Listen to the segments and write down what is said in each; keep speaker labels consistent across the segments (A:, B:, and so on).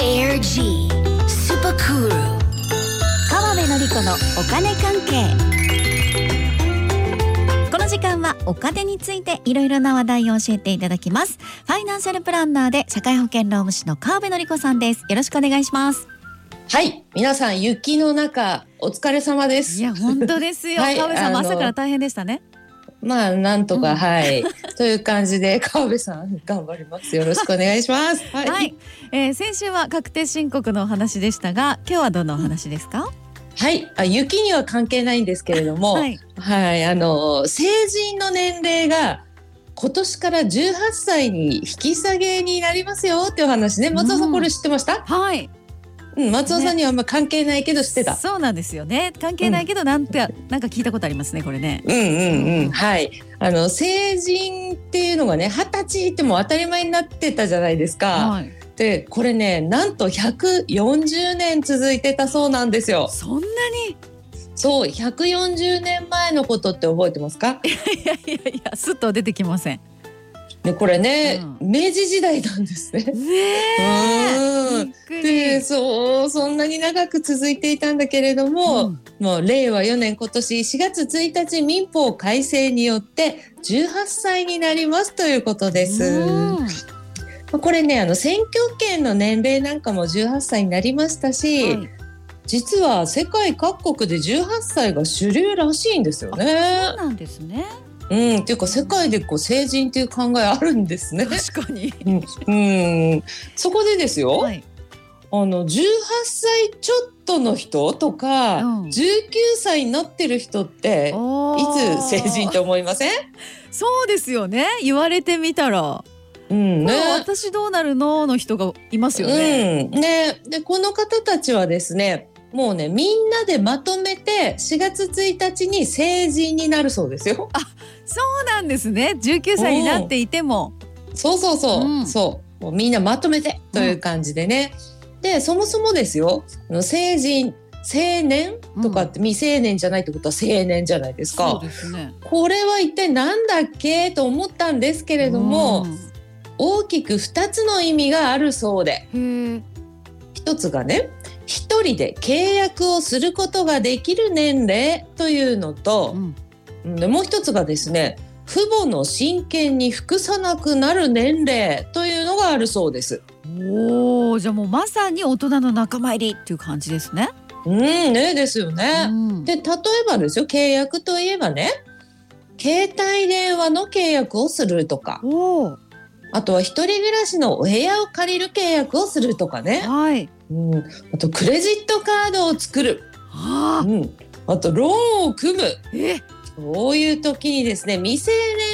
A: G スーパークール
B: 川辺典子のお金関係この時間はお金についていろいろな話題を教えていただきますファイナンシャルプランナーで社会保険労務士の川辺典子さんですよろしくお願いします
C: はい、皆さん雪の中お疲れ様です。
B: や本当ですよ
C: はいあの
B: 大変でしたね
C: まあなんと
B: う
C: か
B: ん
C: はい という感じで川辺さん頑張ります。よろしくお願いします。は
B: はい、
C: い、
B: えー先週は確定申告のお話でしたが今日はどんなお話ですか、
C: はい、あ雪には関係ないんですけれども、はい、
B: い
C: あの成人の年齢が今年から18歳に引き下げになりますよっていう話ね。松尾さ
B: うん
C: んこれ知ってました？
B: はい
C: うん、松尾さんにはあんま関係ないけど知ってた。
B: そうなんですよね関係ないけどなんて、なんか聞いたことありますねこれね
C: うんうん
B: う
C: うんん、はい。あの成人っていうのがね、二十歳ってもう当たり前になってたじゃないですか。
B: はい
C: でこれねなんと140年続いてたそうなんですよ
B: そんなに
C: そう140年前のことって覚えてますか、
B: いやいやいやすっと出てきません
C: ね、これね、
B: う
C: 明治時代なんですね
B: ね
C: う
B: え
C: ん
B: びっく
C: で
B: り
C: そうそんなに長く続いていたんだけれども、
B: うん
C: もう令和4年今年4月1日民法改正によって18歳になりますということです。
B: うん
C: まあこれねあの選挙権の年齢なんかも18歳になりましたし、
B: はい
C: 実は世界各国で18歳が主流らしいんですよ
B: そ
C: ね
B: う。なんですね
C: うん、っていうか世界でこう成人っていう考えあるんですね。
B: 確かに
C: うんうん、そこでですよ、
B: はい
C: あの18歳ちょっとの人とか、
B: うん
C: 19歳になってる人って
B: お
C: い
B: ー
C: つ成人と思いません、
B: そうですよね言われてみたら、
C: うんね
B: もう私どうなるのの人がいますよね、
C: うん、ねでこの方たちはですねもうねみんなでまとめて4月1日に成人になるそうですよ。
B: そうなんですね19歳になっていても
C: そうそうそう、
B: うん
C: そう、もうみんなまとめてという感じでね。で、そもそもですよ、あの成人、成年とかって未成年じゃないってことは成年じゃないです
B: そう
C: か。
B: ですね
C: これは一体なんだっけと思ったんですけれども、大きく2つの意味があるそうで、
B: うんへえ
C: 一つがね、一人で契約をすることができる年齢というのと
B: う、ん
C: うんでもう一つがですね、父母の親権に服さなくなる年齢というのがあるそうです。
B: おおじゃあもうまさに大人の仲間入りっていう感じですね。
C: うんねですよ
B: う
C: ね。
B: ん
C: で例えばですよ契約といえばね携帯電話の契約をするとか
B: おお
C: あとは一人暮らしのお部屋を借りる契約をするとかね、
B: はい。
C: うん、あとクレジットカードを作る、
B: あ
C: う
B: あ
C: ん、あとローンを組む
B: え
C: そういう時にですね未成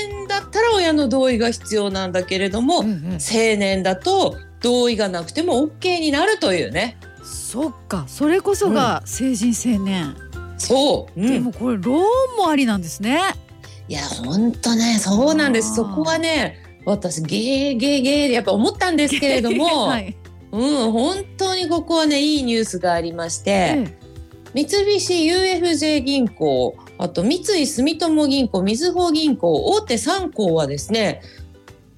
C: 年だったら親の同意が必要なんだけれども、
B: うんうん
C: 成年だと同意がなくても OK になるというね
B: そっかそれこそが成人青年、
C: そう、うん
B: でもこれローンもありなんですね。
C: いや、ほんとね、そうなんです。
B: あ
C: そ
B: ー
C: こはね、私、ゲーゲーゲーでやっぱ思ったんですけれども、
B: はい、
C: うん、本当にここはね、いいニュースがありまして、
B: え
C: 三菱 UFJ 銀行、あと三井住友銀行、みずほ銀行、大手3行はですね、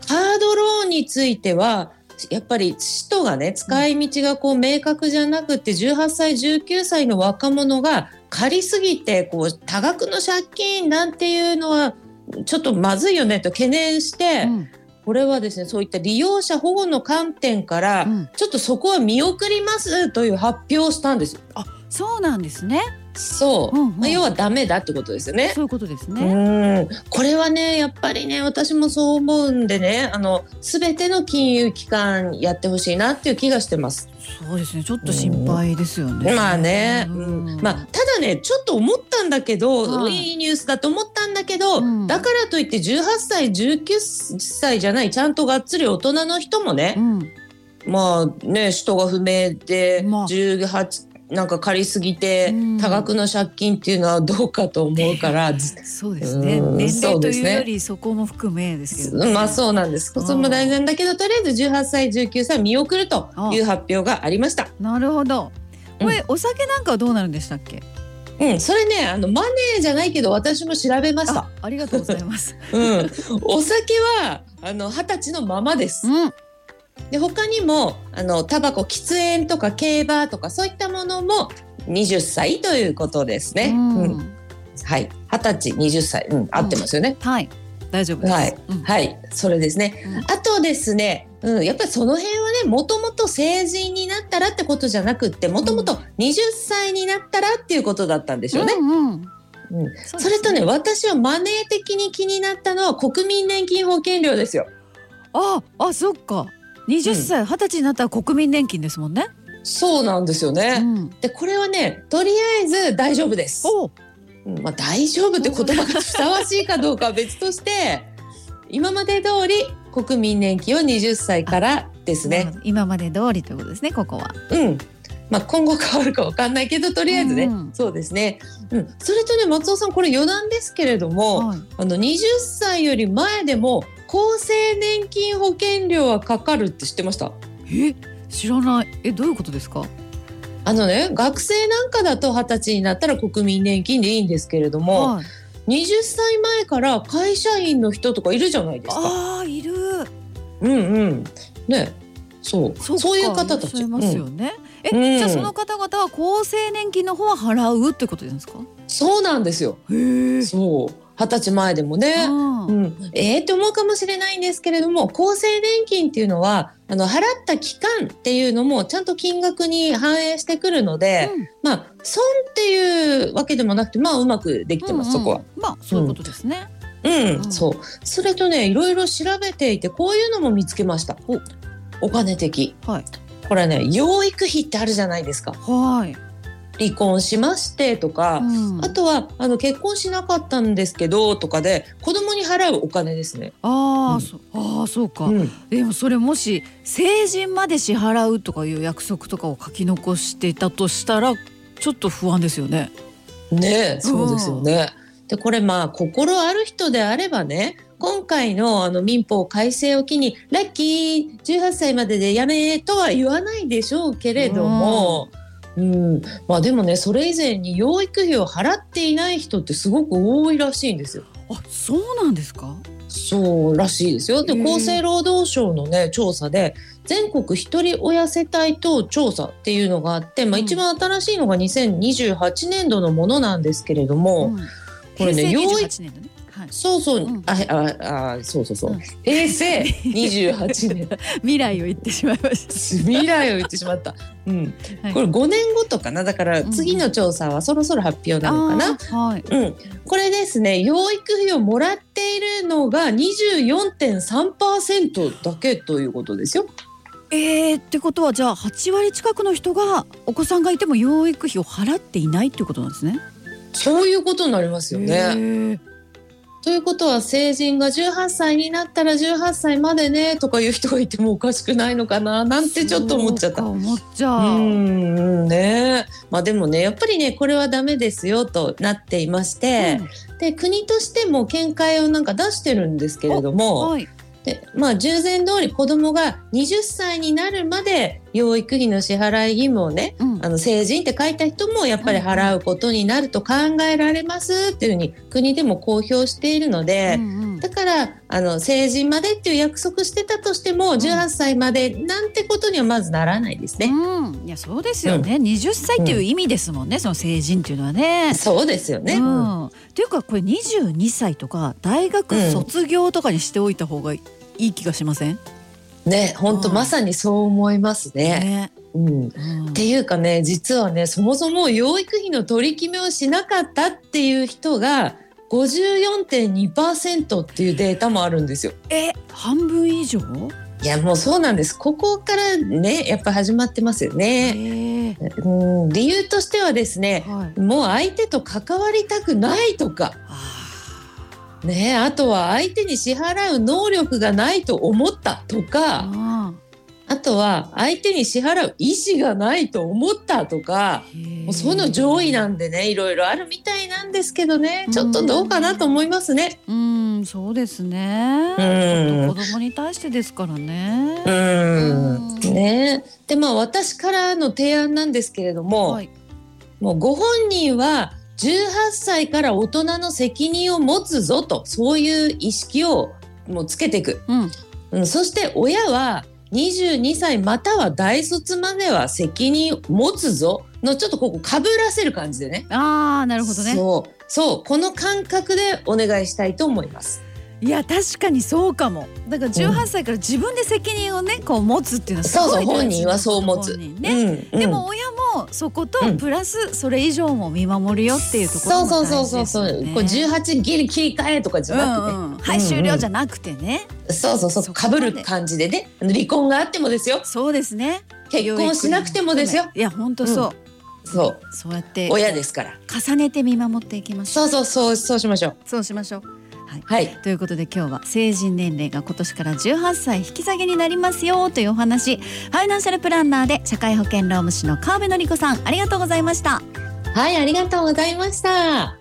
C: カードローンについては、やっぱり使途がね、使い道がこう明確じゃなくて、18歳、19歳の若者が借りすぎて、こう多額の借金なんていうのは、ちょっとまずいよねと懸念して、
B: え
C: これはですね、そういった利用者保護の観点から、
B: うんうん
C: ちょっとそこは見送りますという発表をしたんですよ。
B: そうなんですね。
C: そう、
B: うんうん
C: まあ、要はダメだってことですよね。
B: そういうことです
C: う
B: ね。
C: んこれはねやっぱりね私もそう思うんでねあの全ての金融機関やってほしいなっていう気がしてます。
B: そうですねちょっと心配ですよね。
C: まあね、
B: うん
C: うんまあ、ただねちょっと思ったんだけど、
B: はい
C: い、いニュースだと思ったんだけど、
B: うん
C: だからといって18歳19歳じゃないちゃんとがっつり大人の人もね、
B: うん
C: まあね使途が不明で、
B: まあ
C: 18なんか借りすぎて
B: うん
C: 多額の借金っていうのはどうかと思うから、 ず
B: そうですね
C: うん
B: 年齢
C: そう
B: と
C: です
B: いう
C: ね
B: よりそこも含めですけど、ね、
C: まあそうなんです。
B: うん
C: それも大事なんだけどとりあえず18歳19歳見送るという発表がありました。
B: なるほど。
C: うん
B: これ、お酒なんかはどうなるんでしたっけ？
C: うんそれねあのマネーじゃないけど私も調べました。
B: あ、ありがとうございます。
C: うんお酒はあの二十歳のままです。
B: うん、
C: で他にもあのタバコ喫煙とか競馬とかそういったものも20歳ということですね。
B: うん
C: うんはい、二十歳20歳、うん、合ってますよね。
B: はい大丈夫です。
C: はい
B: うん
C: はい、それですね。
B: うん
C: あとですね、うん、やっぱりその辺はね、もともと成人になったらってことじゃなくって、もともと20歳になったらっていうことだったんでしょうね。
B: うんうん
C: うん
B: そ
C: それと
B: ね
C: ね、私はマネー的に気になったのは国民年金保険料ですよ。
B: ああそっか20歳二十、歳になったら国民年金ですもんね。
C: そうなんですよね。
B: うん、
C: で、これはね、とりあえず大丈夫です。
B: お
C: うんまあ、大丈夫って言葉がふさわしいかどうかは別として、今まで通り国民年金を20歳からですね。
B: 今まで通りということですねここは。
C: うん。まあ、今後変わるかわかんないけど、とりあえずね、
B: うんうん
C: そうですね。うん、それとね、松尾さん、これ余談ですけれども、
B: はい
C: あの20歳より前でも。厚生年金保険料はかかるって知ってました。
B: え知らないえどういうことですか。
C: あのね、学生なんかだと二十歳になったら国民年金でいいんですけれども、
B: はい、
C: 20歳前から会社員の人とかいるじゃないですか。
B: ああいる
C: うんうん。ね、そう、
B: そ
C: そうう
B: そう
C: いう方た
B: いらっしゃ
C: ち。
B: います
C: う
B: よ
C: ん
B: ね。
C: う
B: え
C: ん
B: じゃあその方々は厚生年金の方は払うってことですか。
C: そうなんですよ。
B: へえ。
C: そう、二十歳前でもね。
B: あ
C: う
B: ー
C: ん、えー、って思うかもしれないんですけれども厚生年金っていうのはあの払った期間っていうのもちゃんと金額に反映してくるので、
B: うん
C: まあ損っていうわけでもなくてまあうまくできてます、
B: う
C: そ
B: んうん
C: こは。
B: まあそういうことですね。
C: うん、
B: うん
C: そうそれとねいろいろ調べていてこういうのも見つけました
B: お。
C: お金的
B: はい
C: これね養育費ってあるじゃないですか
B: はい。
C: 離婚しましてとか、
B: うん
C: あとはあの結婚しなかったんですけどとかで子供に払うお金ですね。う
B: ああ
C: ん
B: そうああそうか。
C: うん
B: でもそれもし成人まで支払うとかいう約束とかを書き残していたとしたらちょっと不安ですよね。
C: ねえそうですよね。でこれまあ心ある人であればね今回のあの民法改正を機にラッキー18歳まででやめとは言わないでしょうけれども、うんまあ、でもねそれ以前に養育費を払っていない人ってすごく多いらしいんですよ。
B: あそうなんですか。
C: そうらしいですよで
B: へえ
C: 厚生労働省の、ね、調査で全国ひとり親世帯等調査っていうのがあって、まあ、
B: うん
C: 一番新しいのが2028年度のものなんですけれども。
B: うん
C: これね
B: 平成
C: 用意
B: 28年だね。はい。
C: そうそう、
B: うん
C: あ、あ、あ、そうそうそう。
B: うん
C: 平成28年。
B: 未来を言ってしまいました。
C: 未来を言ってしまった。うん、
B: はい
C: これ5年後とかな、だから
B: うん
C: 次の調査はそろそろ発表なのかな。
B: な。はい。
C: うん、これですね、養育費をもらっているのが24.3%だけということですよ。
B: えー、ってことはじゃあ8割近くの人がお子さんがいても養育費を払っていないっていうことなんですね。
C: そういうことになりますよね。
B: ね。
C: ということは成人が18歳になったら18歳までねとかいう人がいてもおかしくないのかななんてちょっと思っちゃった
B: そうか。思っちゃ
C: う
B: う。
C: んうんねまあでもねやっぱりねこれはダメですよとなっていまして、で国としても見解をなんか出してるんですけれど
B: うん
C: も
B: はい。
C: で、まあ、従前通り子どもが20歳になるまで養育費の支払い義務をね
B: うん
C: あの成人って書いた人もやっぱり払うことになると考えられますっていうふうに国でも公表しているので、
B: うんうん
C: だからあの成人までっていう約束してたとしても18歳までなんてことにはまずならないですね。
B: うん、いやそうですよね、20歳っていう意味ですもんね、その成人っていうのはね。
C: そうですよね。
B: うん、というかこれ22歳とか大学卒業とかにしておいた方がいい気がしません、
C: ね、本当
B: うん
C: まさにそう思いますね。
B: ね
C: うん。っ
B: うん
C: ていうかね、実はね、そもそも養育費の取り決めをしなかったっていう人が54.2%っていうデータもあるんですよ。
B: え半分以上、
C: いや、もうそうなんです。ここからね、やっぱ始まってますよ
B: え
C: ね。
B: ー
C: うん、理由としてはですね、
B: はい、
C: もう相手と関わりたくないとか、ね、あとは相手に支払う能力がないと思ったとか、
B: あ
C: あとは相手に支払う意思がないと思ったとか、もうそういうの上位なんんでねいろいろあるみたいなんですけどね
B: うん
C: ちょっとどうかなと思いますね。
B: うんそうですね、
C: うん
B: ちょっと子供に対してですからね、
C: うん
B: うん
C: ねでまあ私からの提案なんですけれども、
B: はい
C: もうご本人は18歳から大人の責任を持つぞとそういう意識をもうつけていく、
B: うん
C: うん、そして親は22歳または大卒までは責任持つぞのちょっとここかぶらせる感じでね
B: ああなるほどね
C: そうそうこの感覚でお願いしたいと思います
B: いや確かにそうかもだから18歳から自分で責任をねこう持つっていうのはすごい
C: そうそう
B: 大事
C: 本人はそう思つ
B: 本人ね、
C: うん
B: でも親もそこと
C: うん
B: プラスそれ以上も見守るよっていうところも
C: そう
B: 大事ですよね
C: そうそうそうこう18ギリ切り替えとかじゃなくて、
B: うんうん、はい、
C: うんうん
B: 終了じゃなくてね
C: そうそうそう
B: そこ
C: か
B: ま
C: ぶ
B: で
C: る感じでね離婚があってもですよ
B: そうですね
C: 結婚しなくてもですよ
B: いや本当そう、
C: そう
B: そうやって
C: 親ですから
B: 重ねて見守っていきましょ
C: そううそうそうそうしましょう
B: そうしましょうはい
C: はい
B: ということで今日は成人年齢が今年から18歳引き下げになりますよというお話ファイナンシャルプランナーで社会保険労務士の川辺典子さんありがとうございました
C: はいありがとうございました